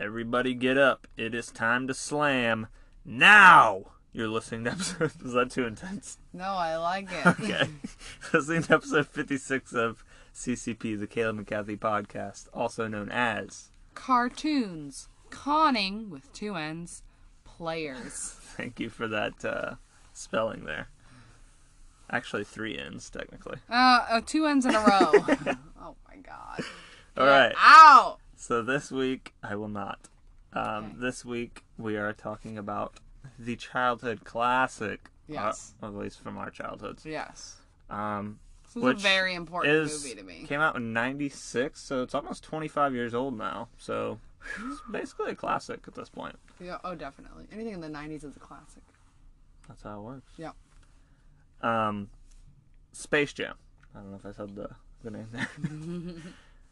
Everybody get up. It is time to slam. Now! You're listening to episode. Was that too intense? No, I like it. Okay. listening to episode 56 of CCP, the Caleb and Kathy podcast, also known as. Cartoons. Conning with two N's. Players. Thank you for that uh, spelling there. Actually, three N's, technically. Uh, oh, two N's in a row. oh my god. All right. Ow! So this week, I will not. Um, Okay. This week, we are talking about the childhood classic. Yes. uh, at least from our childhoods. Yes. Um, This was Which a very important is movie to me. came out in '96, so it's almost 25 years old now. So it's basically a classic at this point. Yeah, oh, definitely. Anything in the 90s is a classic. That's how it works. Yeah. Um, Space Jam. I don't know if I said the the name there.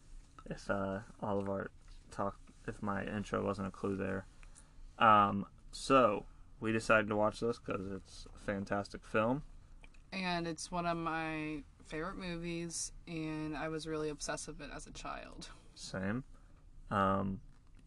if uh, all of our talk, if my intro wasn't a clue there. Um, so we decided to watch this because it's a fantastic film. And it's one of my favorite movies, and I was really obsessed with it as a child. Same. Um,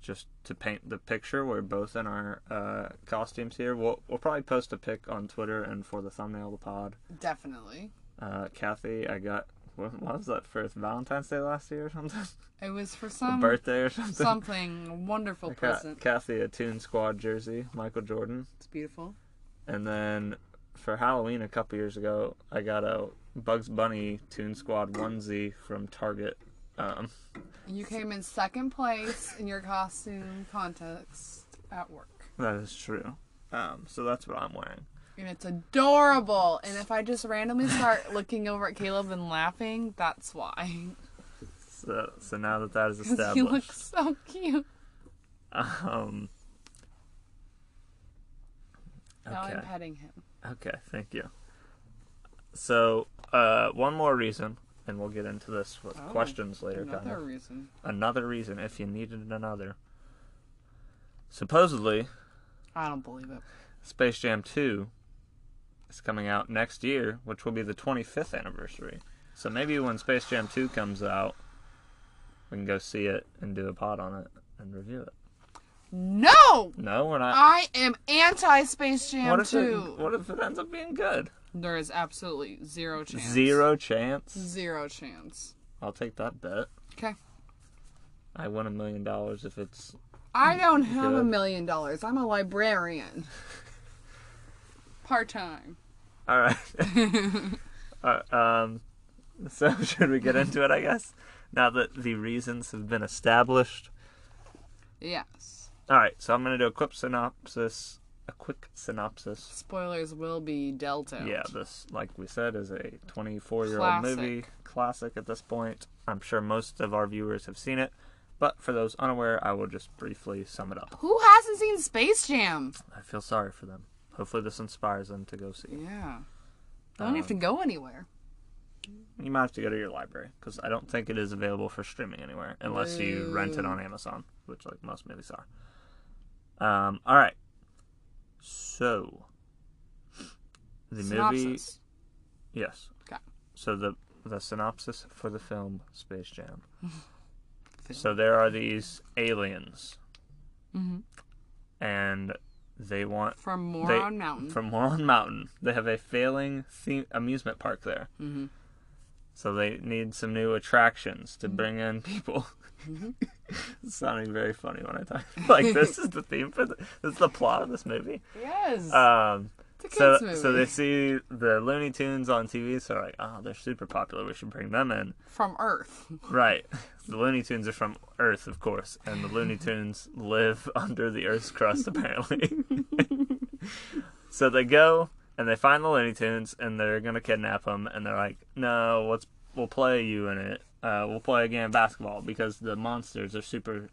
just to paint the picture, we're both in our uh, costumes here. We'll, we'll probably post a pic on Twitter and for the thumbnail of the pod. Definitely. Uh, Kathy, I got, what what was that, first Valentine's Day last year or something? It was for A some birthday or something? something wonderful I got present. Kathy a Toon Squad jersey, Michael Jordan. It's beautiful. And then for Halloween a couple years ago, I got a Bugs Bunny Toon Squad onesie from Target. Um, You came in second place in your costume contest at work. that is true. Um, so that's what I'm wearing. And it's adorable. And if I just randomly start looking over at Caleb and laughing, that's why. So, so now that that is Because he established, looks so cute. um, Now okay, I'm petting him. okay, thank you. So, uh, one more reason, and we'll get into this with Oh, questions later. kind Another of. reason. another reason if you needed another. Supposedly, I don't believe it. Space Jam 2 is coming out next year, which will be the 25th anniversary. So maybe when Space Jam 2 comes out, we can go see it and do a pod on it and review it. No! No, we're not. I am anti Space Jam what if 2. it, what if it ends up being good? There is absolutely zero chance. Zero chance. Zero chance. I'll take that bet. Okay. I win a million dollars if it's I don't have a Mm, Good. million dollars. I'm a librarian. Part time. all right. all right um, so should we get into it? I guess now that the reasons have been established. Yes. All right, so I'm gonna do a quick synopsis. A quick synopsis. Spoilers will be dealt out. Yeah, this, like we said, is a 24 year old movie, classic at this point. I'm sure most of our viewers have seen it, but for those unaware, I will just briefly sum it up. Who hasn't seen Space Jam? I feel sorry for them. Hopefully, this inspires them to go see. Yeah. I Um, don't have to go anywhere. You might have to go to your library because I don't think it is available for streaming anywhere unless you rent it on Amazon, which like most movies are. Um, all right. So the movie, Synopsis. yes. Okay. So the the synopsis for the film Space Jam. so there are these aliens, Mhm. and they want From they- Moron Mountain. From Moron Mountain. They have a failing theme- amusement park there. Mhm. So they need some new attractions Mm-hmm. to bring in people. it's sounding very funny when I talk. Like, this is the theme for the, this is the plot of this movie. yes. Um, it's a so, kids movie. so they see the Looney Tunes on TV, so they're like, oh, they're super popular. We should bring them in. From Earth. Right. The Looney Tunes are from Earth, of course, and the Looney Tunes live under the Earth's crust, apparently. so they go and they find the Looney Tunes, and they're gonna kidnap them. And they're like, "No, let's we'll play you in it. Uh, we'll play a game of basketball because the monsters are super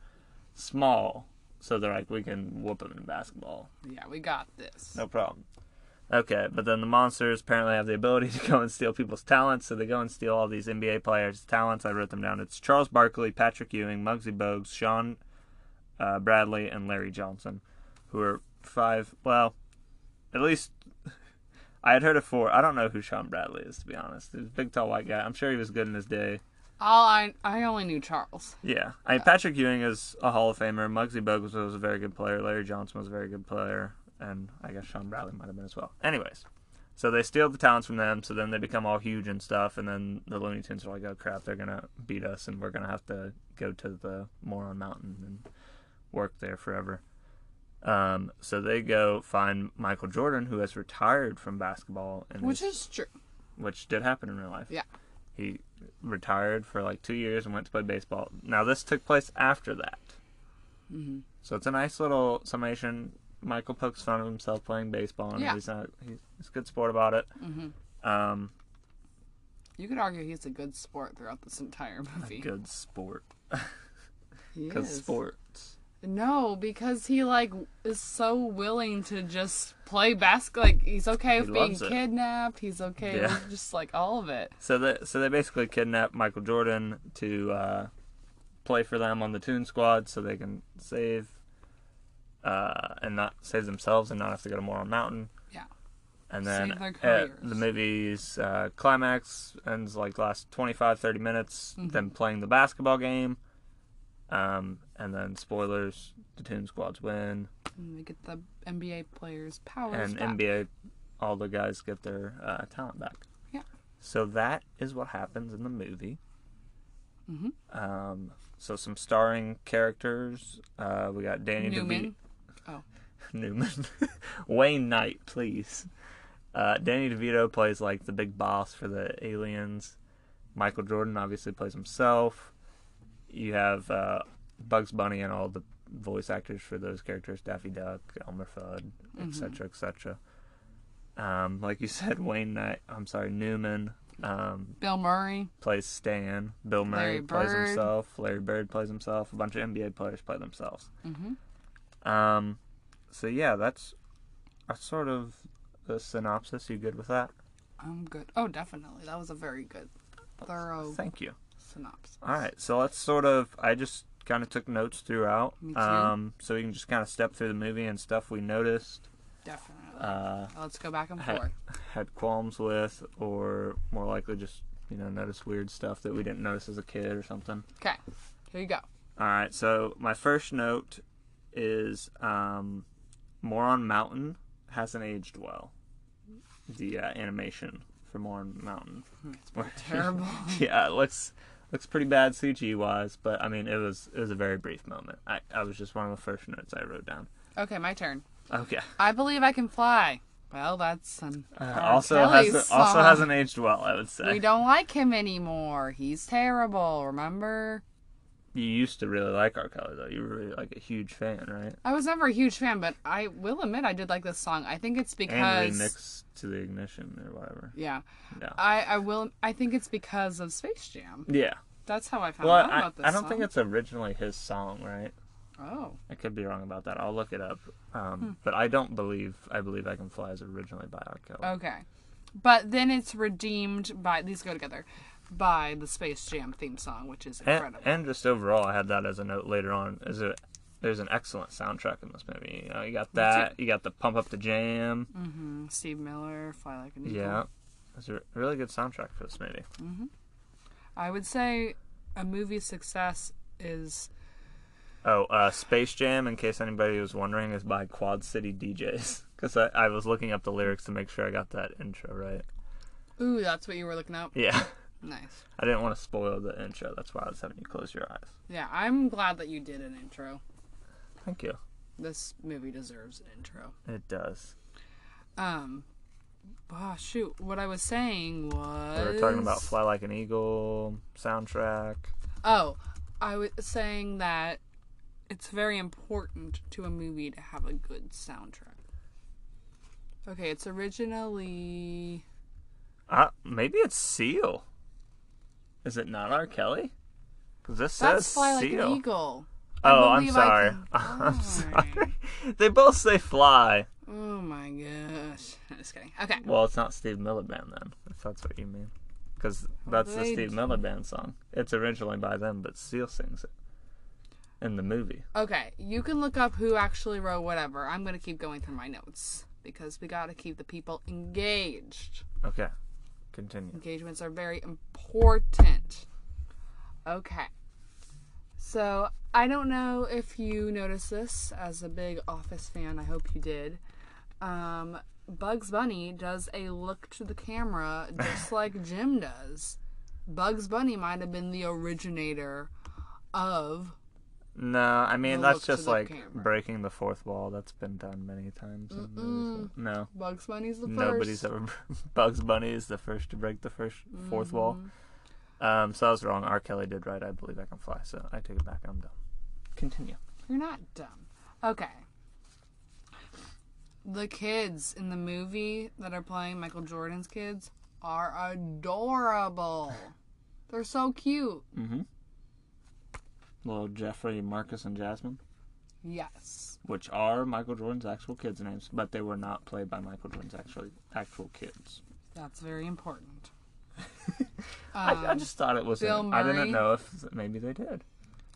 small. So they're like, we can whoop them in basketball, Yeah, we got this. no problem." Okay, but then the monsters apparently have the ability to go and steal people's talents, so they go and steal all these NBA players' talents. I wrote them down. It's Charles Barkley, Patrick Ewing, Muggsy Bogues, Sean uh, Bradley, and Larry Johnson, who are five. Well, at least I had heard of four. I don't know who Sean Bradley is, to be honest. He's a big, tall, white guy. I'm sure he was good in his day. All I I only knew Charles. Yeah. I mean, Patrick Ewing is a Hall of Famer. Muggsy Bogues was a very good player. Larry Johnson was a very good player. And I guess Sean Bradley might have been as well. Anyways, so they steal the talents from them. So then they become all huge and stuff. And then the Looney Tunes are like, oh crap, they're going to beat us. And we're going to have to go to the Moron Mountain and work there forever. Um, so they go find Michael Jordan, who has retired from basketball, and Which is true. which did happen in real life. Yeah. He retired for like two years and went to play baseball. Now, this took place after that. Mhm. So it's a nice little summation. Michael pokes fun of himself playing baseball, and Yeah. Mm-hmm. he's not he's, he's a good sport about it. Um, You could argue he's a good sport throughout this entire movie. good sport He because is. sports. No, because he like is so willing to just play basketball. Like he's okay with being loves it. kidnapped. He's okay Yeah. with just like all of it. So that so they basically kidnap Michael Jordan to uh, play for them on the Toon Squad, so they can save uh, and not save themselves and not have to go to Moron Mountain. Yeah. And then Save their at careers. the movie's uh, climax ends like last 25, 30 minutes, Mm-hmm. them playing the basketball game. Um, and then spoilers, the Toon Squads win, And they get the NBA players' powers. and back. NBA, all the guys get their uh, talent back. Yeah. So that is what happens in the movie. Mm-hmm. Um, so some starring characters. Uh, we got Danny DeVito. Newman. Newman. Wayne Knight, please. Uh, Danny DeVito plays like the big boss for the aliens. Michael Jordan obviously plays himself. You have uh, Bugs Bunny and all the voice actors for those characters Daffy Duck, Elmer Fudd, Mm-hmm. etc., etc. Um, like you said, Wayne Knight, I'm sorry, Newman um, Bill Murray. plays Stan. Bill Murray Larry plays Bird. himself. Larry Bird plays himself. A bunch of NBA players play themselves. Mm-hmm. Um, so yeah, that's a sort of the synopsis. You good with that? I'm good. Oh, definitely. That was a very good, thorough Thank you. synopsis. All right, so let's sort of. I just kind of took notes throughout, Me too. um, so we can just kind of step through the movie and stuff we noticed, Definitely. uh, Let's go back and ha- forth. had qualms with, or more likely just you know noticed weird stuff that we didn't notice as a kid or something. Okay. Here you go. All right, so my first note is um, Moron Mountain hasn't aged well. The uh, animation for Moron Mountain. Hmm, It's pretty terrible. yeah, it looks looks pretty bad CG wise, but I mean it was it was a very brief moment. I, I was just one of the first notes I wrote down. Okay, my turn. Okay. I believe I can fly. Well, that's an Uh, R. also Kelly has song. also hasn't aged well, I would say. We don't like him anymore. He's terrible. Remember? You used to really like R. Kelly though. You were really, like a huge fan, right? I was never a huge fan, but I will admit I did like this song. I think it's And because remixed to the ignition or whatever. yeah, Yeah. I I will. I think it's because of Space Jam. Yeah. That's how I found Well, out I, about this. I don't song. think it's originally his song, right? Oh, I could be wrong about that. I'll look it up. Um, Hmm. But I don't believe I believe I Can Fly is originally by R. Kelly. okay. But then it's redeemed by these go together by the Space Jam theme song, which is and, incredible. and just overall, I had that as a note later on. Is a there's an excellent soundtrack in this movie. You, know, you got that. You got the pump up the jam. Mhm. Steve Miller, Fly Like an Eagle. Yeah, it's a really good soundtrack for this movie. I would say a movie success is Oh, uh, Space Jam. In case anybody was wondering, is by Quad City DJs. Because I, I was looking up the lyrics to make sure I got that intro right. ooh, that's what you were looking up. Yeah, Nice. I didn't want to spoil the intro. That's why I was having you close your eyes. Yeah, I'm glad that you did an intro. Thank you. This movie deserves an intro. It does. Um, oh, shoot, what I was saying was We were talking about Fly Like an Eagle soundtrack. Oh, I was saying that it's very important to a movie to have a good soundtrack. Okay, it's originally Uh, maybe it's Seal. Is it not R. Kelly? Because this that's says Fly Like Seal. an Eagle. Oh, I I'm believe sorry. I can I'm fly. sorry. They both say fly. Oh my gosh! I'm just kidding. Okay, Well, it's not Steve Miller Band then, if that's what you mean. Because that's the they Steve Miller Band song. It's originally by them, but Seal sings it in the movie. okay, you can look up who actually wrote whatever. I'm gonna keep going through my notes because we gotta keep the people engaged. Okay, continue. engagements are very important. Okay. So I don't know if you noticed this as a big Office fan. I hope you did. Um, Bugs Bunny does a look to the camera just like Jim does. Bugs Bunny might have been the originator of No, I mean The look that's to just the like camera. breaking the fourth wall. That's been done many times. In movies. No, Bugs Bunny's the first. nobody's ever. Bugs Bunny is the first to break the 1st fourth wall. Mm-hmm. Um, so I was wrong. R. Kelly did right. I believe I can fly. So I take it back. I'm done. Continue. You're not dumb. Okay. The kids in the movie that are playing Michael Jordan's kids are adorable. They're so cute. Little Jeffrey, Marcus, and Jasmine, Yes. which are Michael Jordan's actual kids' names, but they were not played by Michael Jordan's actual actual kids. That's very important. I, I just thought it was. Um, Bill an- I Murray. didn't know if maybe they did.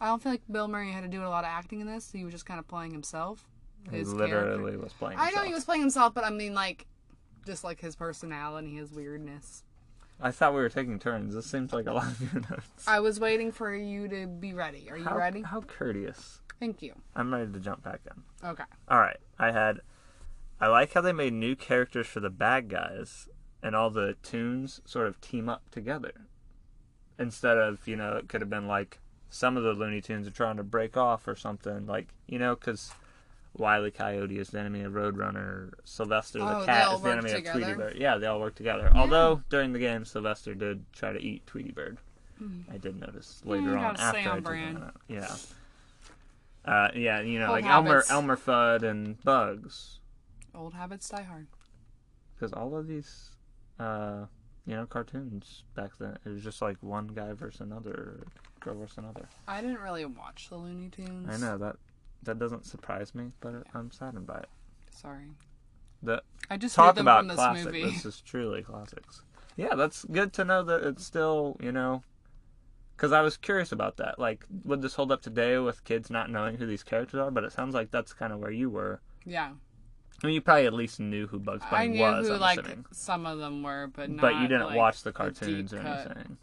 I don't feel like Bill Murray had to do a lot of acting in this. He was just kind of playing himself. He His literally character. was playing. I know himself. he was playing himself, but I mean, like, just like his personality, his weirdness. I thought we were taking turns. This seems like a lot of your notes. I was waiting for you to be ready. Are you How, ready? How courteous. Thank you. I'm ready to jump back in. Okay. All right. I had. I like how they made new characters for the bad guys, and all the tunes sort of team up together. Instead of you know, it could have been like some of the Looney Tunes are trying to break off or something like you know, because Wile E. Coyote is the enemy of Roadrunner, Sylvester Oh, the they cat all is the work enemy of together? Tweety Bird. Yeah, they all work together. Although during the game, Sylvester did try to eat Tweety Bird. I did notice later on Hmm. gotta stay after I on did brand. that. Yeah. Uh, yeah, you know, Old like habits. Elmer, Elmer Fudd and Bugs, Old habits die hard. because all of these, uh, you know, cartoons back then, it was just like one guy versus another, girl versus another. I didn't really watch the Looney Tunes. I know that that doesn't surprise me, but it, I'm saddened by it. Sorry. The I just knew talk them about from this classic. movie. This is truly classics. Yeah, that's good to know that it's still, you know, because I was curious about that. Like, would this hold up today with kids not knowing who these characters are? But it sounds like that's kind of where you were. yeah. I mean, you probably at least knew who Bugs Bunny I knew was, who I'm like assuming. some of them were, but not But you didn't like, watch the deep cartoons or cut anything.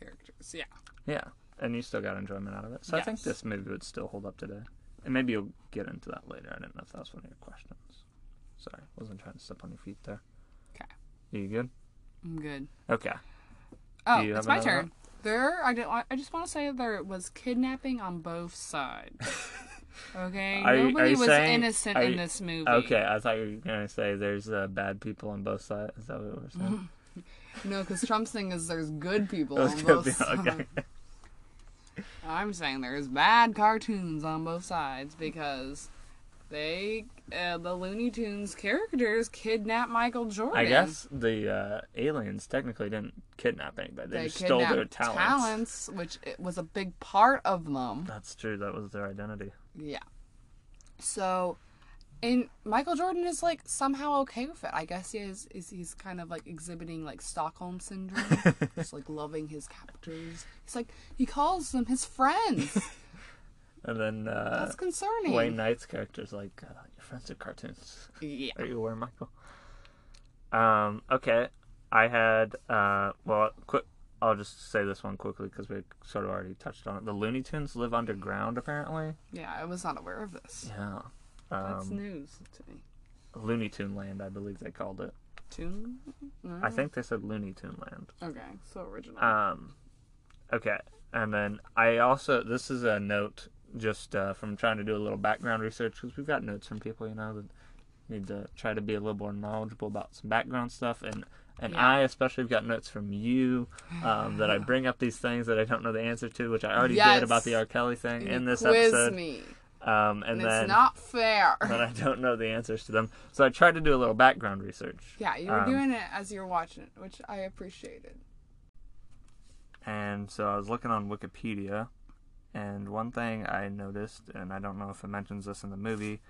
Characters. Yeah. Yeah. And you still got enjoyment out of it. So I think Yes. this movie would still hold up today. And maybe you'll get into that later. I didn't know if that was one of your questions. Sorry, wasn't trying to step on your feet there. 'Kay. You good? I'm good. Okay. Oh, you have it's my another turn. There, I, did, I just want to say there was kidnapping on both sides. Okay, Are you- nobody are you was saying- innocent are in you- this movie. Okay, I thought you were gonna say there's uh, bad people on both sides. Is that what we're saying? no, because Trump's thing is there's good people Those on could both be- sides. okay. I'm saying there's bad cartoons on both sides because they, uh, the Looney Tunes characters, kidnapped Michael Jordan. I guess the uh, aliens technically didn't kidnap anybody. They, they just stole their kidnapped talents. talents, which it was a big part of them. That's true. That was their identity. Yeah. So, and Michael Jordan is like somehow okay with it. I guess he is. is he's kind of like exhibiting like Stockholm syndrome, just like loving his captors. He's like he calls them his friends. And then uh, That's concerning. Wayne Knight's character's like, uh, your friends are cartoons. Yeah. Are you aware, Michael? Um. Okay. I had. Uh. Well, quick. I'll just say this one quickly because we sort of already touched on it. The Looney Tunes live underground, apparently. Yeah, I was not aware of this. Yeah. That's Um, news to me. Looney Tune Land, I believe they called it. Tune. I think they said Looney Tune Land. Okay, so original. Um, okay, and then I also this is a note just uh, from trying to do a little background research because we've got notes from people you know that need to try to be a little more knowledgeable about some background stuff and and Yeah. I especially have got notes from you um, that I bring up these things that I don't know the answer to, which I already Yes. did about the R. Kelly thing You in this quiz episode. me, Um, and, and then it's not fair. then I don't know the answers to them, so I tried to do a little background research. yeah, you were um, doing it as you were watching it, which I appreciated. And so I was looking on Wikipedia, and one thing I noticed, and I don't know if it mentions this in the movie,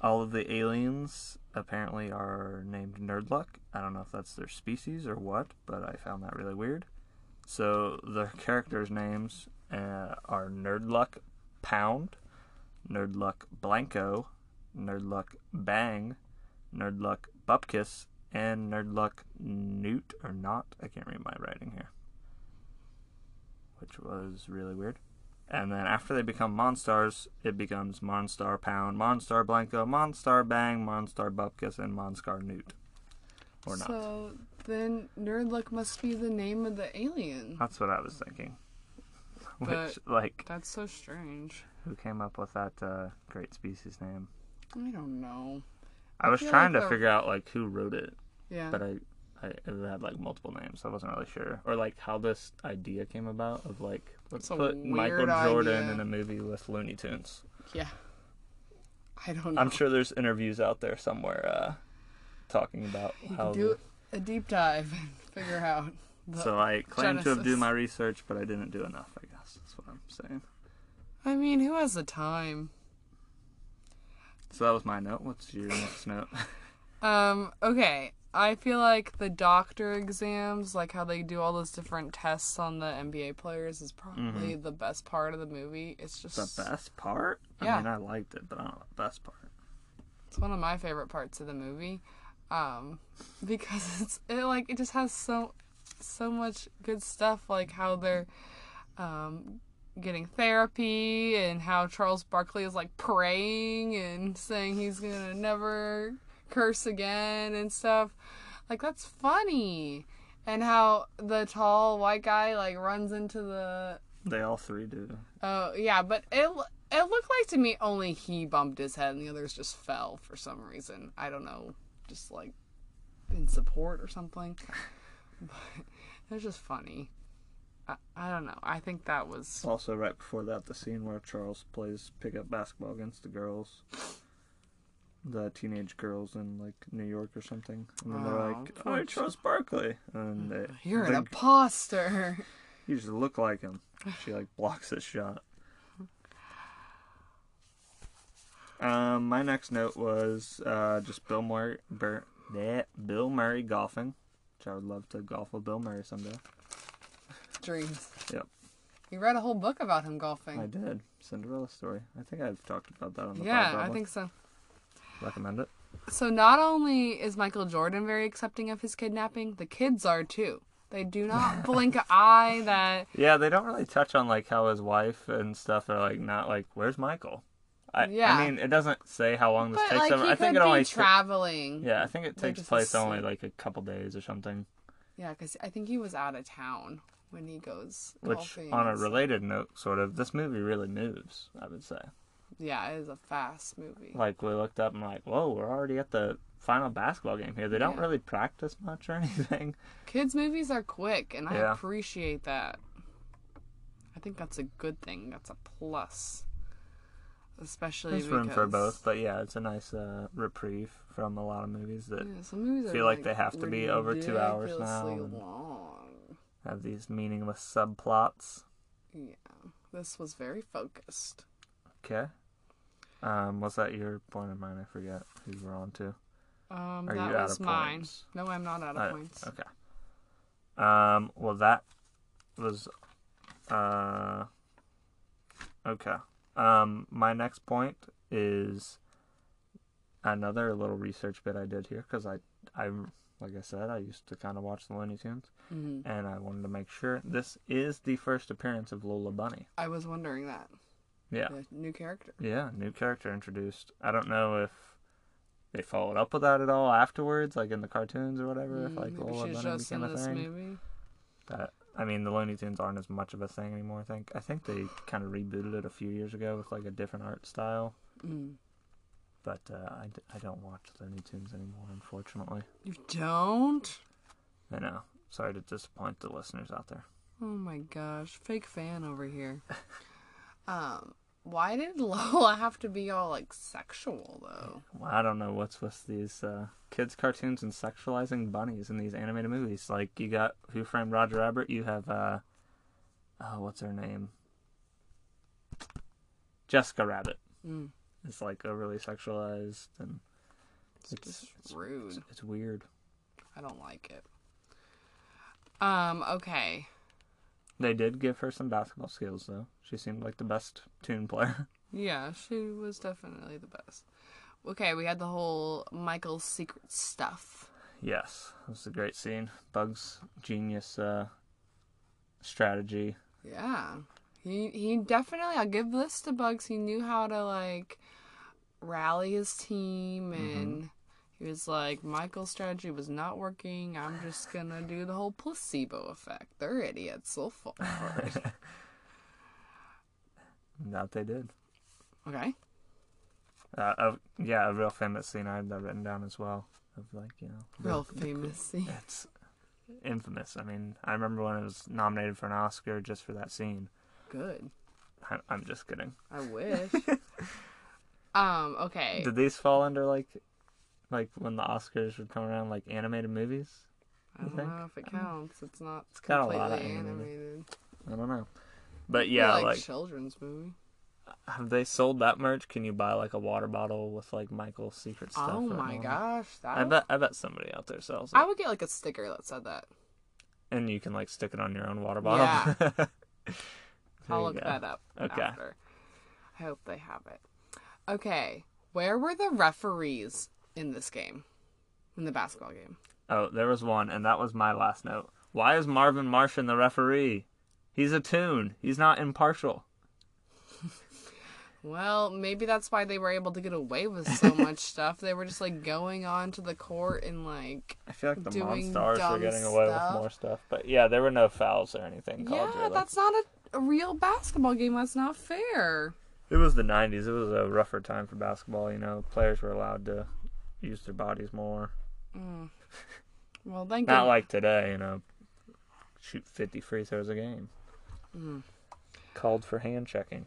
all of the aliens apparently are named Nerdluck. I don't know if that's their species or what, but I found that really weird. So their characters' names uh, are Nerdluck Pound, Nerdluck Blanco, Nerdluck Bang, Nerdluck Bupkis, and Nerdluck Newt or Not. I can't read my writing here. which was really weird. And then after they become Monstars, it becomes Monstar Pound, Monstar Blanco, Monstar Bang, Monstar Bupkis, and Monstar Newt. Or not. So then Nerdlick must be the name of the alien. That's what I was thinking. Which, But- like, That's so strange. who came up with that uh, great species name? I don't know. I, was feel like trying to the- figure out like who wrote it, Yeah. but uh, I, I it had like multiple names, so I wasn't really sure, or like how this idea came about of like let's It's a put Michael weird Jordan idea. in a movie with Looney Tunes. yeah. I don't know. I'm sure there's interviews out there somewhere uh, talking about You how. can do a deep dive and figure out. the- The, so I claim to have do Genesis. my research, but I didn't do enough. I guess that's what I'm saying. I mean, who has the time? So that was my note. What's your next note? Um, okay. I feel like the doctor exams, like how they do all those different tests on the NBA players, is probably the best part of the movie. It's just the best part? I Yeah. mean, I liked it, but I don't know the best part. it's one of my favorite parts of the movie, um, because it's it like it just has so so much good stuff, like how they're um, getting therapy and how Charles Barkley is like praying and saying he's gonna never curse again and stuff. Like that's funny, and how the tall white guy like runs into the They all three do. Oh yeah, but it it looked like to me only he bumped his head and the others just fell for some reason. I don't know, just like in support or something. But it was just funny. I, I don't know. I think that was Also, right before that, the scene where Charles plays pickup basketball against the girls, the teenage girls in like New York or something, and then they're Oh, Mm, like, poor "Oh, Charles Barkley," and they, you're an they- imposter. you just look like him. She like blocks his shot. Um, my next note was uh, just Bill Murray, Bur- bleh, Bill Murray golfing, which I would love to golf with Bill Murray someday. Dreams. Yep. You read a whole book about him I golfing. did Cinderella story. I think I've talked about that on the Yeah, pod. I probably. think so. recommend it. So not only is Michael Jordan very accepting of his kidnapping, the kids are too. They do not blink an eye that Yeah, they don't really touch on like how his wife and stuff are like not like where's Michael. I, I Yeah. mean, it doesn't say how long this But takes. like them. he I think could it be only. ta- traveling. yeah, I think it They're takes just place only like asleep. a couple days or something. Yeah, because I think he was out of town when he goes Which, golfing. on a and stuff. related note, sort of, this movie really moves. I would say. yeah, it is a fast movie. Like we looked up and like, whoa, we're already at the final basketball game here. They don't Yeah. really practice much or anything. Kids' movies are quick, and Yeah. I appreciate that. I think that's a good thing. That's a plus, especially There's because room for both, but yeah, it's a nice uh, reprieve from a lot of movies that Yeah, some movies feel are, like they have to be over two hours now, ridiculously and- Long. have these meaningless subplots. Yeah, this was very focused. Okay. Um, was that your point or mine? I forget who you were on to. Um, Are that you out was of mine. points? No, I'm not out of I- points. Okay. Um, well, that was. Uh, okay. Um, my next point is another little research bit I did here because I, I, like I said, I used to kind of watch the Looney Tunes hmm and I wanted to make sure this is the first appearance of Lola Bunny. I was wondering that. Yeah. The new character. Yeah, new character introduced. I don't know if they followed up with that at all afterwards, like in the cartoons or whatever. if Mm, like maybe Lola she's Bunny just in became a this thing. movie. But, I mean, the Looney Tunes aren't as much of a thing anymore. I think. I think they kind of rebooted it a few years ago with like a different art style. Mm. But uh, I, d- I don't watch Looney Tunes anymore, unfortunately. You don't? I know. Sorry to disappoint the listeners out there. Oh my gosh, fake fan over here. Um, why did Lola have to be all like sexual though? Well, I don't know what's with these uh, kids' cartoons and sexualizing bunnies in these animated movies. Like you got Who Framed Roger Rabbit. You have uh, oh, what's her name? Jessica Rabbit. Mm, It's like overly sexualized and it's, It's- just it's- rude. it's, it's weird. I don't like it. Um, okay. They did give her some basketball skills though. She seemed like the best tune player. Yeah, she was definitely the best. Okay, we had the whole Michael's secret stuff. yes, it was a great scene. Bugs' genius uh, strategy Yeah. He he definitely I'll give this to Bugs. He knew how to like rally his team Mm-hmm. and he was like, Michael's strategy was not working. I'm just gonna do the whole placebo effect. They're idiots. They'll fall for it. Not they did. okay. Uh, a, yeah, a real famous scene I had that written down as well of like you know the- Real famous scene. It's infamous. I mean, I remember when it was nominated for an Oscar just for that scene. Good. I, I'm just kidding. I wish. um, okay. Did these fall under like, like when the Oscars would come around, like animated movies? I don't think? know if it counts. It's not it's got a lot completely of animated. animated. I don't know. But yeah, like, like, children's movie. have they sold that merch? Can you buy like a water bottle with like Michael's secret stuff? Oh written my on it? gosh, that I bet I bet somebody out there sells it, I would get like a sticker that said that. and you can like stick it on your own water bottle. Yeah. I'll look that up Okay. after. I hope they have it. Okay, where were the referees in this game? In the basketball game? Oh, there was one, and that was my last note. Why is Marvin Martian the referee? He's a tune. He's not impartial. Well, maybe that's why they were able to get away with so much stuff. They were just like going on to the court and like, I feel like the Doing Monstars were dumb getting away stuff. with more stuff, but yeah, there were no fouls or anything called. yeah, really. that's not a, a real basketball game. That's not fair. It was the '90s. It was a rougher time for basketball. You know, players were allowed to use their bodies more. Well, thank Not you. like today. You know, shoot 50 free throws a game. Mm. Called for hand checking.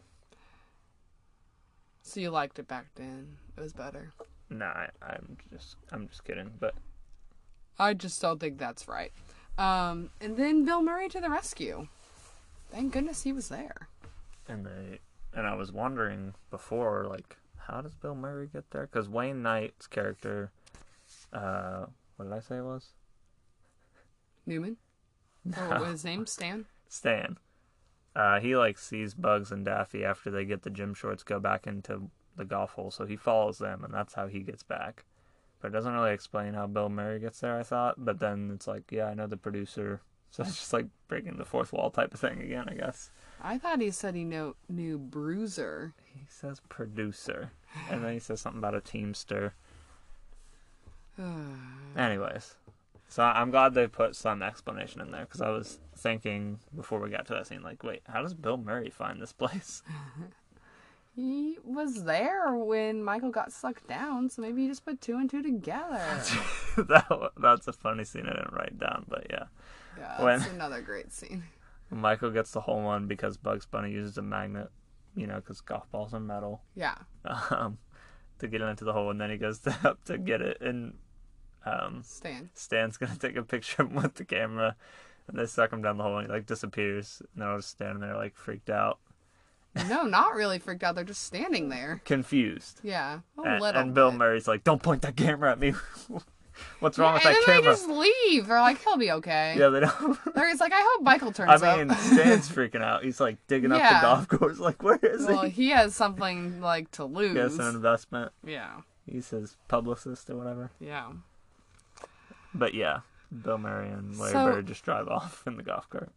so you liked it back then. It was better. Nah, I, I'm just, I'm just kidding. But I just don't think that's right. Um, and then Bill Murray to the rescue. Thank goodness he was there. and they and I was wondering before, like, how does Bill Murray get there? Because Wayne Knight's character, uh, what did I say it was? Newman? Or what was his name? Stan? Stan. Uh, he like sees Bugs and Daffy after they get the gym shorts, go back into the golf hole, so he follows them, and that's how he gets back. But it doesn't really explain how Bill Murray gets there. I thought, but then it's like, yeah, I know the producer, so it's just like breaking the fourth wall type of thing again, I guess. I thought he said he know, knew Bruiser. He says producer, and then he says something about a teamster. Anyways, so I- I'm glad they put some explanation in there because I was thinking before we got to that scene, like, wait, how does Bill Murray find this place? He was there when Michael got sucked down, so maybe he just put two and two together. that wa- that's a funny scene I didn't write down, but yeah, Yeah, When- that's another great scene. Michael gets the whole one because Bugs Bunny uses a magnet, you know, because golf balls are metal, Yeah. um, to get into the hole, and then he goes to, up to get it, and um, Stan. Stan's gonna take a picture of him with the camera, and they suck him down the hole, and he like disappears, and they're all just standing there like freaked out, No, not really freaked out. They're just standing there. confused. Yeah. A and, little and Bill bit. Murray's like, "Don't point that camera at me. What's wrong with and that then they camera?" just leave. They're like, he'll be okay. Yeah, they don't. They're, it's like, I hope Michael turns I mean, up. Stan's freaking out. He's like digging Yeah. up the golf course. Like, where is well, he? he has something like to lose. He has an investment. Yeah. He's his publicist or whatever. Yeah. But yeah, Bill Murray and Larry So- Bird just drive off in the golf cart.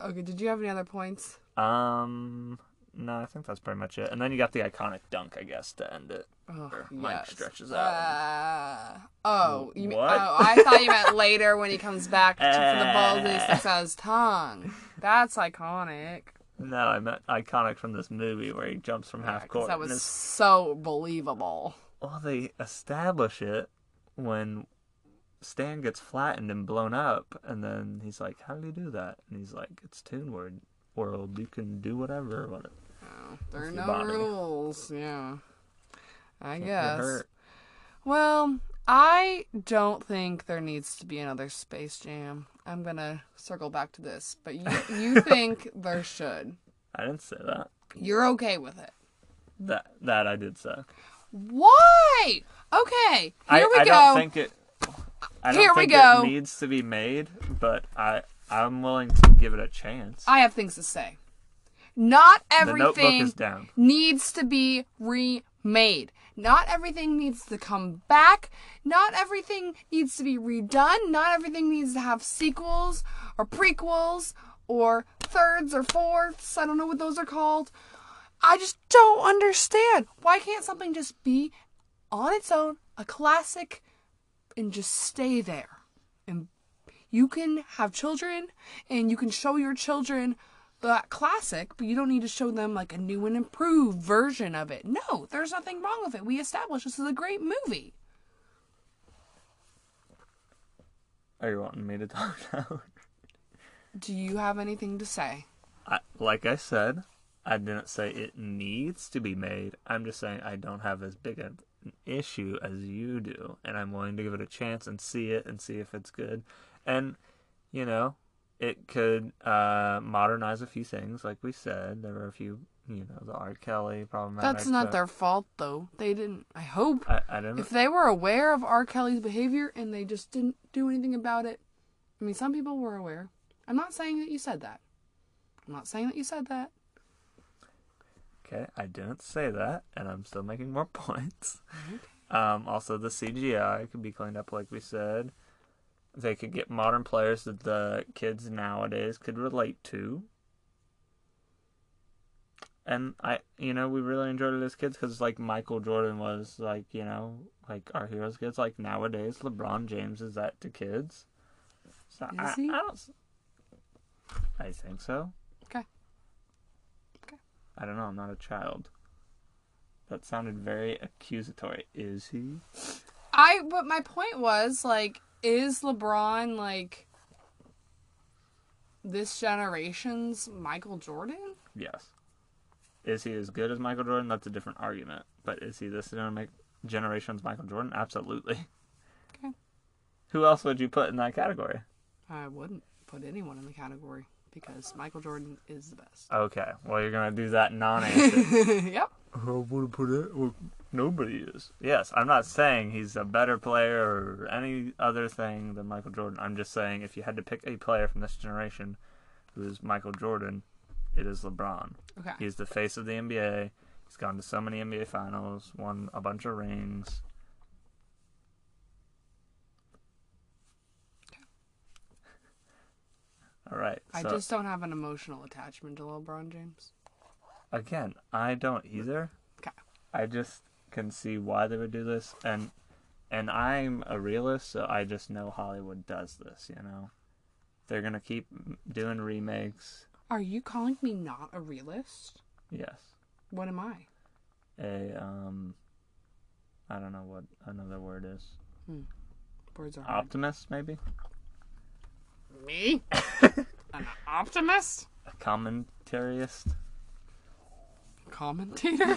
Okay, did you have any other points? Um, no, I think that's pretty much it. And then you got the iconic dunk, I guess, to end it. Oh, Or Mike stretches out. Uh, oh, you mean, What? oh, I thought you meant later when he comes back to, for Eh. the ball and he sticks out his tongue. That's iconic. no, I meant iconic from this movie where he jumps from half 'Cause court. that and was it's- so believable. Well, they establish it when Stan gets flattened and blown up, and then he's like, "How did he do that?" And he's like, "It's Toon Word World. You can do whatever. What it Oh, there are With no your body. rules. Yeah. I can't guess. get hurt." Well, I don't think there needs to be another Space Jam. I'm gonna circle back to this, but you you think there should. I didn't say that. You're okay with it. That that I did say. Here Why? Okay, I, here we I go. don't think it. I don't Here we think go. It needs to be made, but I I'm willing to give it a chance. I have things to say. Not the notebook everything is down. needs to be remade. Not everything needs to come back. Not everything needs to be redone. Not everything needs to have sequels or prequels or thirds or fourths. I don't know what those are called. I just don't understand. Why can't something just be on its own, a classic, and just stay there? And you can have children and you can show your children that classic, but you don't need to show them like a new and improved version of it. No, there's nothing wrong with it. We established this is a great movie. Are you wanting me to talk now? Do you have anything to say? I, like I said, I didn't say it needs to be made. I'm just saying I don't have as big of an issue as you do, and I'm willing to give it a chance and see it and see if it's good. And you know, it could uh, modernize a few things, like we said. There were a few, you know, the R. Kelly problematic. That's not but their fault though. They didn't, I hope. I, I didn't. If they were aware of R. Kelly's behavior and they just didn't do anything about it, I mean, some people were aware. I'm not saying that you said that. I'm not saying that you said that. Okay, I didn't say that, and I'm still making more points. Um, also, the CGI could be cleaned up, like we said. They could get modern players that the kids nowadays could relate to. And I, you know, we really enjoyed it as kids because, like, Michael Jordan was, like, you know, like our heroes kids. Like nowadays, LeBron James is that to kids. So I, Is he? I don't. s- I think so. Okay. I don't know. I'm not a child. That sounded very accusatory. Is he? I, but my point was, like, is LeBron, like, this generation's Michael Jordan? Yes. Is he as good as Michael Jordan? That's a different argument. But is he this gener- generation's Michael Jordan? Absolutely. Okay. Who else would you put in that category? I wouldn't put anyone in the category because Michael Jordan is the best. Okay. Well, you're gonna do that non-answer. yep. I would put it. Well, nobody is. Yes, I'm not saying he's a better player or any other thing than Michael Jordan. I'm just saying if you had to pick a player from this generation who is Michael Jordan, it is LeBron. Okay. He's the face of the NBA. He's gone to so many NBA finals, won a bunch of rings. All right. I so- just don't have an emotional attachment to LeBron James. Again, I don't either. Okay. I just can see why they would do this, and and I'm a realist, so I just know Hollywood does this. You know, they're gonna keep doing remakes. Are you calling me not a realist? Yes, What am I? a um, I don't know what another word is. Words are hard. Optimist, maybe Me? An optimist? a commentarist. Commentator?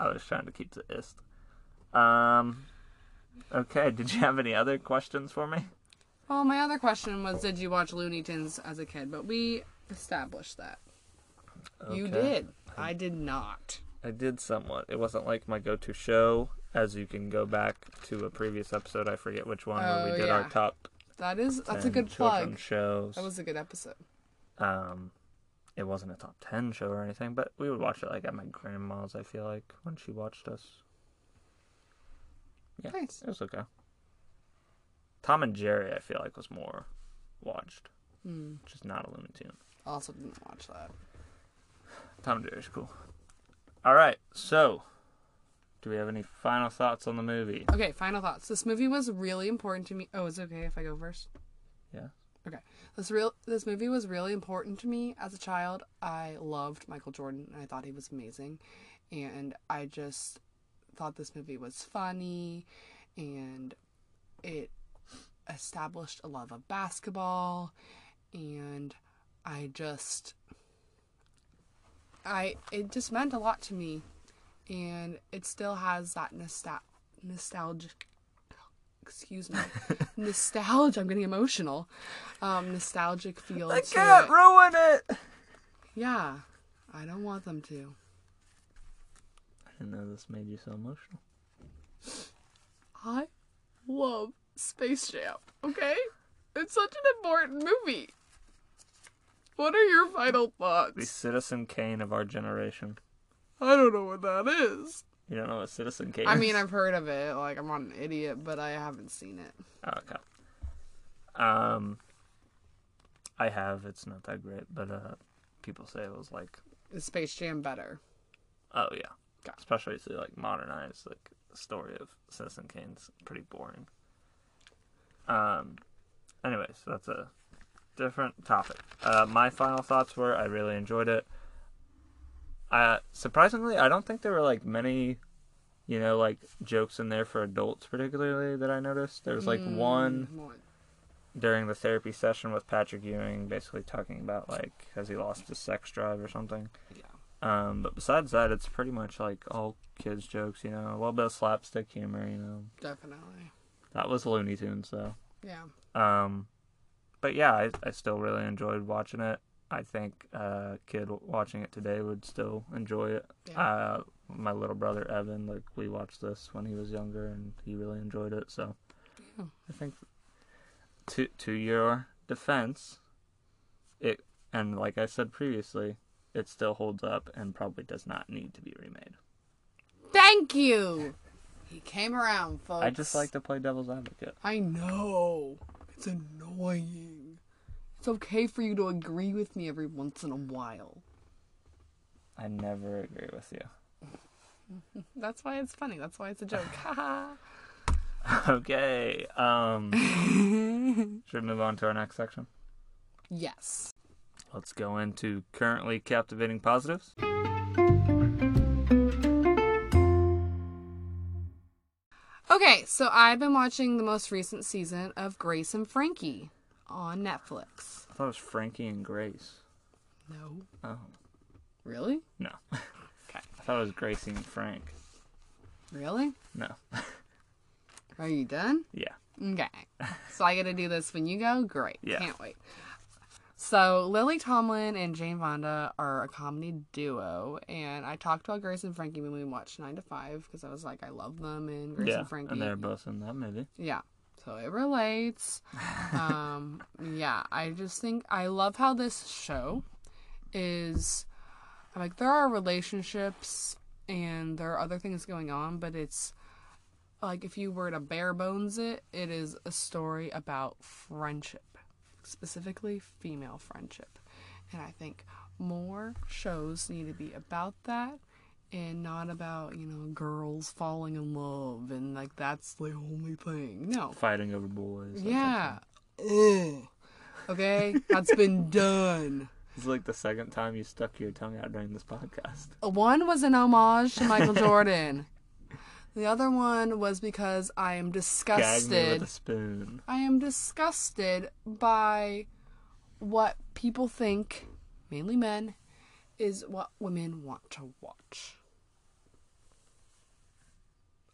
I was trying to keep the ist. Um, okay. Did you have any other questions for me? well, my other question was Did you watch Looney Tunes as a kid? But we established that. You Okay. did. I did not. I did somewhat. It wasn't like my go-to show, as you can go back to a previous episode. I forget which one where Oh, we did yeah. our top. That is, that's a 10 good children's plug. Shows. That was a good episode. Um, it wasn't a top ten show or anything, but we would watch it like at my grandma's. I feel like when she watched us, Yeah. Nice. it was okay. Tom and Jerry, I feel like, was more watched, Hmm. which is not a Looney Tune. Also, didn't watch that. Tom and Jerry's cool. All right, so do we have any final thoughts on the movie? Okay, final thoughts. This movie was really important to me. Oh, it's okay if I go first. Yeah. Okay. This real this movie was really important to me as a child. I loved Michael Jordan and I thought he was amazing. And I just thought this movie was funny and it established a love of basketball and I just I it just meant a lot to me and it still has that nostal- nostalgia excuse me nostalgia i'm getting emotional um nostalgic feel I to can't it. ruin it. yeah i don't want them to I didn't know this made you so emotional. i love space jam okay it's such an important movie what are your final The thoughts Citizen Kane of our generation. i don't know what that is You don't know what Citizen Kane i is? mean i've heard of it like i'm not an idiot but i haven't seen it Oh, okay. Um, I have. It's not that great, but uh, people say it was like, Is Space Jam better? oh yeah, Got it. especially if they like modernize like the story of Citizen Kane's pretty boring. Um, anyways, that's a different topic. Uh, my final thoughts were I really enjoyed it. Uh, surprisingly, I don't think there were like many, you know, like jokes in there for adults particularly that I noticed. There was like Hmm. one Mm, One. during the therapy session with Patrick Ewing, basically talking about like has he lost his sex drive or something. Yeah. Um, but besides that, it's pretty much like all kids jokes, you know, a little bit of slapstick humor, you know. Definitely. That was Looney Tunes though. Yeah. Um, but yeah, I, I still really enjoyed watching it. I think uh, a kid watching it today would still enjoy it. Yeah. Uh, my little brother Evan, like we watched this when he was younger, and he really enjoyed it. So Yeah. I think to to your defense, it and like I said previously, it still holds up and probably does not need to be remade. Thank you. He came around, folks. I just like to play devil's advocate. I know. It's annoying. It's okay for you to agree with me every once in a while. I never agree with you. That's why it's funny. That's why it's a joke. Haha. Okay. Um, should we move on to our next section? yes. Let's go into currently captivating positives. Okay, so I've been watching the most recent season of Grace and Frankie on Netflix. I thought it was Frankie and Grace. No. Oh, Really? no. Okay. I thought it was Gracie and Frank. Really? No. Are you done? yeah. Okay. So I get to do this when you go? Great. Yeah. Can't wait. So Lily Tomlin and Jane Fonda are a comedy duo, and I talked about Grace and Frankie when we watched Nine to Five because I was like, I love them and Grace yeah. and Frankie. And they're both in that movie. Yeah. So it relates. um, yeah, I just think I love how this show is I'm like there are relationships and there are other things going on, but it's like if you were to bare bones it, it is a story about friendship, specifically female friendship. And I think more shows need to be about that and not about, you know, girls falling in love and like that's the only thing. No. Fighting over boys. that type Yeah. Ugh. Okay? That's been done. of- It's like the second time you stuck your tongue out during this podcast. One was an homage to Michael Jordan. The other one was because I Gag me am with disgusted. a spoon. I am disgusted by what people think, mainly men, is what women want to watch.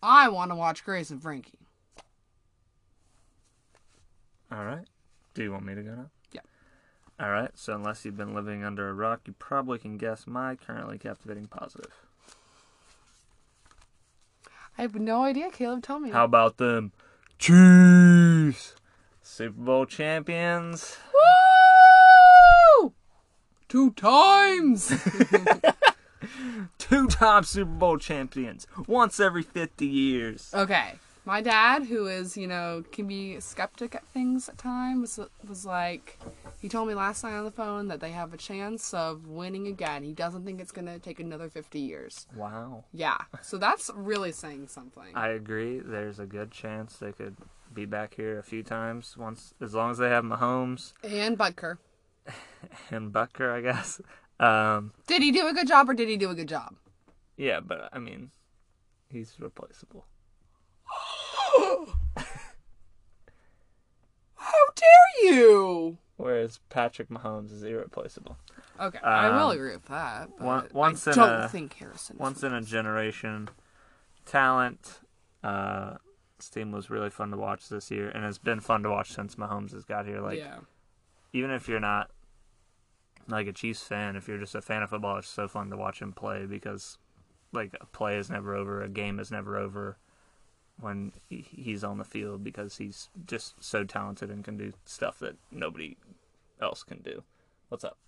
I want to watch Grace and Frankie. All right. Do you want me to go now? Yeah. All right. So unless you've been living under a rock, you probably can guess my currently captivating positive. I have no idea. Caleb, tell me. How about them Chiefs? Super Bowl champions. Woo! Two times. Two time Super Bowl champions. Once every 50 years. Okay. My dad, who is, you know, can be skeptic at things at times, was, was like, he told me last night on the phone that they have a chance of winning again. He doesn't think it's going to take another 50 years. Wow. Yeah. So that's really saying something. I agree. There's a good chance they could be back here a few times once as long as they have Mahomes and Butker. and Bucker, I guess. Um, Did he do a good job or did he do a good job? yeah, but I mean, he's replaceable. How dare you? Whereas Patrick Mahomes is irreplaceable. Okay. I will Um, agree with that. But one- once I in don't a- think Harrison. is once in a generation talent. Uh, this team was really fun to watch this year, and it's been fun to watch since Mahomes has got here. Like, yeah. even if you're not like a Chiefs fan, if you're just a fan of football, it's so fun to watch him play because, like, a play is never over, a game is never over when he- he's on the field because he's just so talented and can do stuff that nobody else can do. What's up?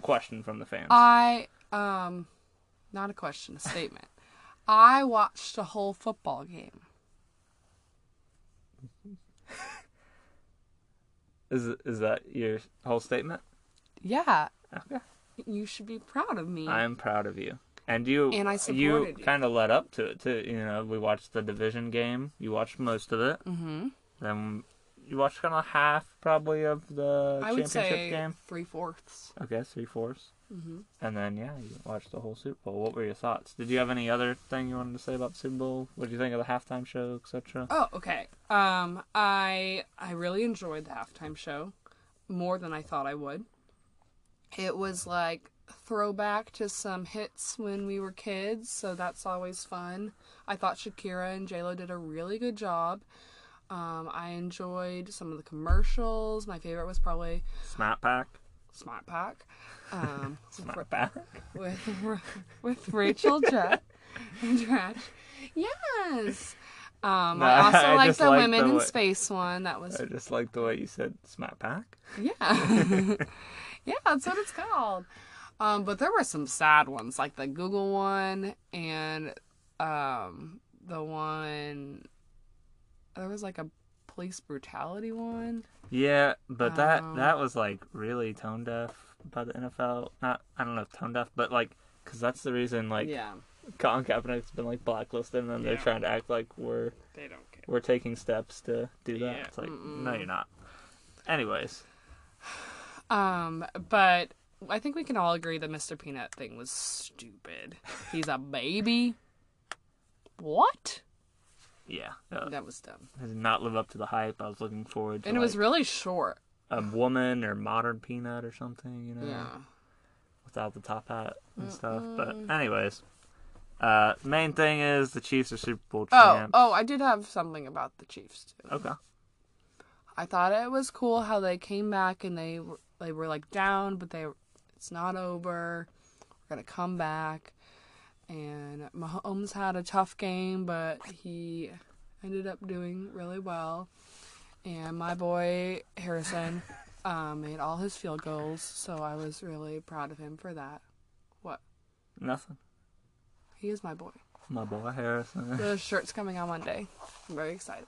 Question from the Uh, fans. I um not a question, a statement. I watched a whole football game. Is is that your whole statement? Yeah, Okay. you should be proud of me. I'm proud of you. And you And I you supported you. kind of led up to it too. You know, we watched the division game. You watched most of it. hmm Then you watched kind of half probably of the I would championship say game. three fourths. Okay, three fourths. Mm-hmm. And then yeah, you watched the whole Super Bowl. What were your thoughts? Did you have any other thing you wanted to say about the Super Bowl? What did you think of the halftime show, etc.? Oh, okay. Um, I I really enjoyed the halftime show more than I thought I would. It was like throwback to some hits when we were kids, so that's always fun. I thought Shakira and J Lo did a really good job. Um, I enjoyed some of the commercials. My favorite was probably Snap Pack. Smart Pack. Um, Snap Pack. with with Rachel Judd and Trash. Yes. Um, No, I also I like just the like women the in way- space one. That was I just like the way you said Snap Pack. yeah, yeah. That's what it's called. Um, but there were some sad ones, like the Google one and um, the one. There was like a police brutality one. Yeah, but that Um, that was like really tone deaf by the NFL. Not I don't know if tone deaf, but like because that's the reason like yeah, Colin Kaepernick's been like blacklisted, and then they're Yeah. trying to act like we're they don't care. we're taking steps to do that. Yeah. It's like Mm-mm. no, you're not. Anyways, Um, but I think we can all agree the Mr. Peanut thing was stupid. He's a baby. What? yeah, uh, That was dumb. I did not live up to the hype. I was looking forward to And it was like, really short. a woman or modern peanut or something, you know, Yeah. without the top hat and stuff. But anyways, uh, main thing is the Chiefs are Super Bowl Oh, champs. oh, I did have something about the Chiefs too. Okay. I thought it was cool how they came back and they were, they were like down, but they it's not over. We're gonna come back. And Mahomes had a tough game, but he ended up doing really well. And my boy Harrison um, made all his field goals, so I was really proud of him for that. What? Nothing. He is my boy. My boy Harrison. The shirt's coming out Monday. I'm very excited.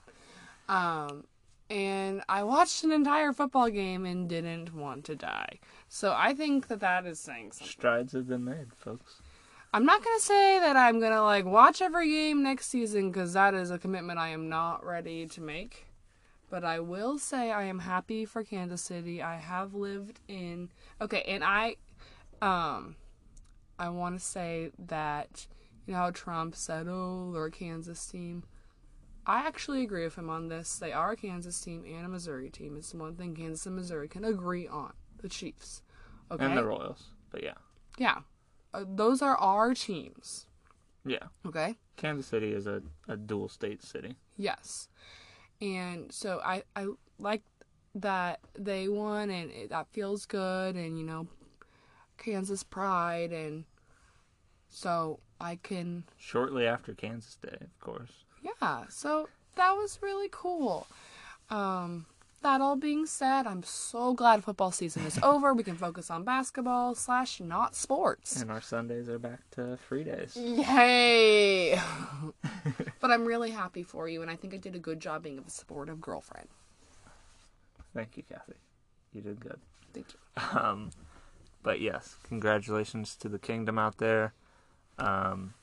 Um, and I watched an entire football game and didn't want to die. So I think that that is saying something. Strides have been made, folks. I'm not gonna say that I'm gonna like watch every game next season because that is a commitment I am not ready to make. But I will say I am happy for Kansas City. I have lived in okay, and I, um, I want to say that you know how Trump said, "Oh, they're a Kansas team." I actually agree with him on this. They are a Kansas team and a Missouri team. It's the one thing Kansas and Missouri can agree on: the Chiefs. Okay. And the Royals. But yeah. Yeah. Uh, those are our teams. Yeah. Okay? Kansas City is a, a dual state city. Yes. And so I, I like that they won and it, that feels good and, you know, Kansas pride. And so I can, Shortly after Kansas Day, of course. yeah. So that was really cool. Um, that all being said, I'm so glad football season is over. We can focus on basketball slash not sports. And our Sundays are back to free days. Mm. Yay! but I'm really happy for you, and I think I did a good job being a supportive girlfriend. Thank you, Kathy. You did good. Thank you. Um, but yes, congratulations to the kingdom out there. Um,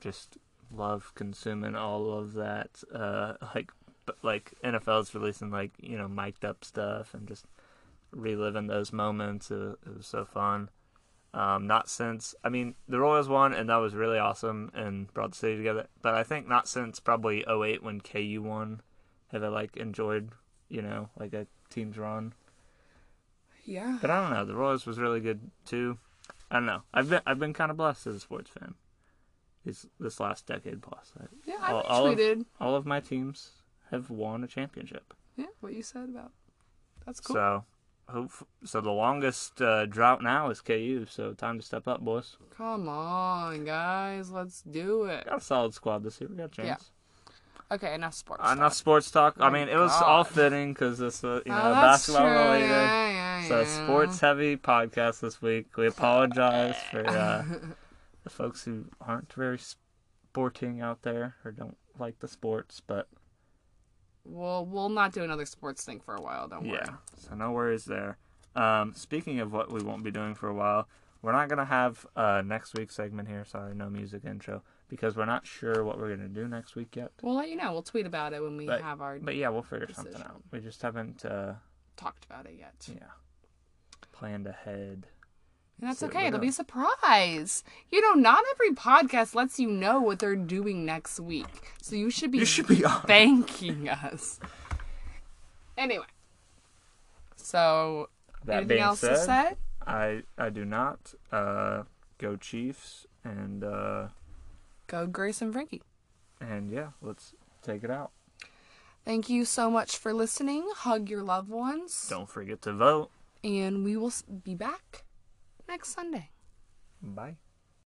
just love consuming all of that. Uh, like, but like NFL's releasing like you know mic'd up stuff and just reliving those moments. It, wa- it was so fun. Um, not since I mean the Royals won and that was really awesome and brought the city together. But I think not since probably 08 when KU won have I like enjoyed you know like a team's run. Yeah. But I don't know. The Royals was really good too. I don't know. I've been I've been kind of blessed as a sports fan. This this last decade plus. I, Yeah, I all- retweeted. all of- all of my teams have won a championship. yeah, what you said about. That's cool. So, hope so. The longest uh, drought now is KU. So time to step up, boys. Come on, guys. Let's do it. Got a solid squad this year. We got a chance. Okay, enough sports. Enough sports talk. I My mean, it was all God. fitting because this was you know Oh, that's basketball true. related. Yeah, yeah, So yeah. sports heavy podcast this week. We apologize for uh, the folks who aren't very sporting out there or don't like the sports, but We'll we'll not do another sports thing for a while. Don't worry. Yeah. So no worries there. Um, speaking of what we won't be doing for a while, we're not gonna have uh, next week's segment here. Sorry, no music intro because we're not sure what we're gonna do next week yet. We'll let you know. We'll tweet about it when we But- have our But yeah, we'll figure something Decision. out. We just haven't uh, talked about it yet. yeah planned ahead. And that's So okay. we're It'll done. be a surprise. You know, not every podcast lets you know what they're doing next week. So you should be, You should be on. thanking us. Anyway. So, That anything being else said, to say? I I do not uh, go Chiefs and uh, Go Grace and Frankie. and yeah, let's take it out. Thank you so much for listening. Hug your loved ones. Don't forget to vote. And we will s- be back next Sunday. Bye.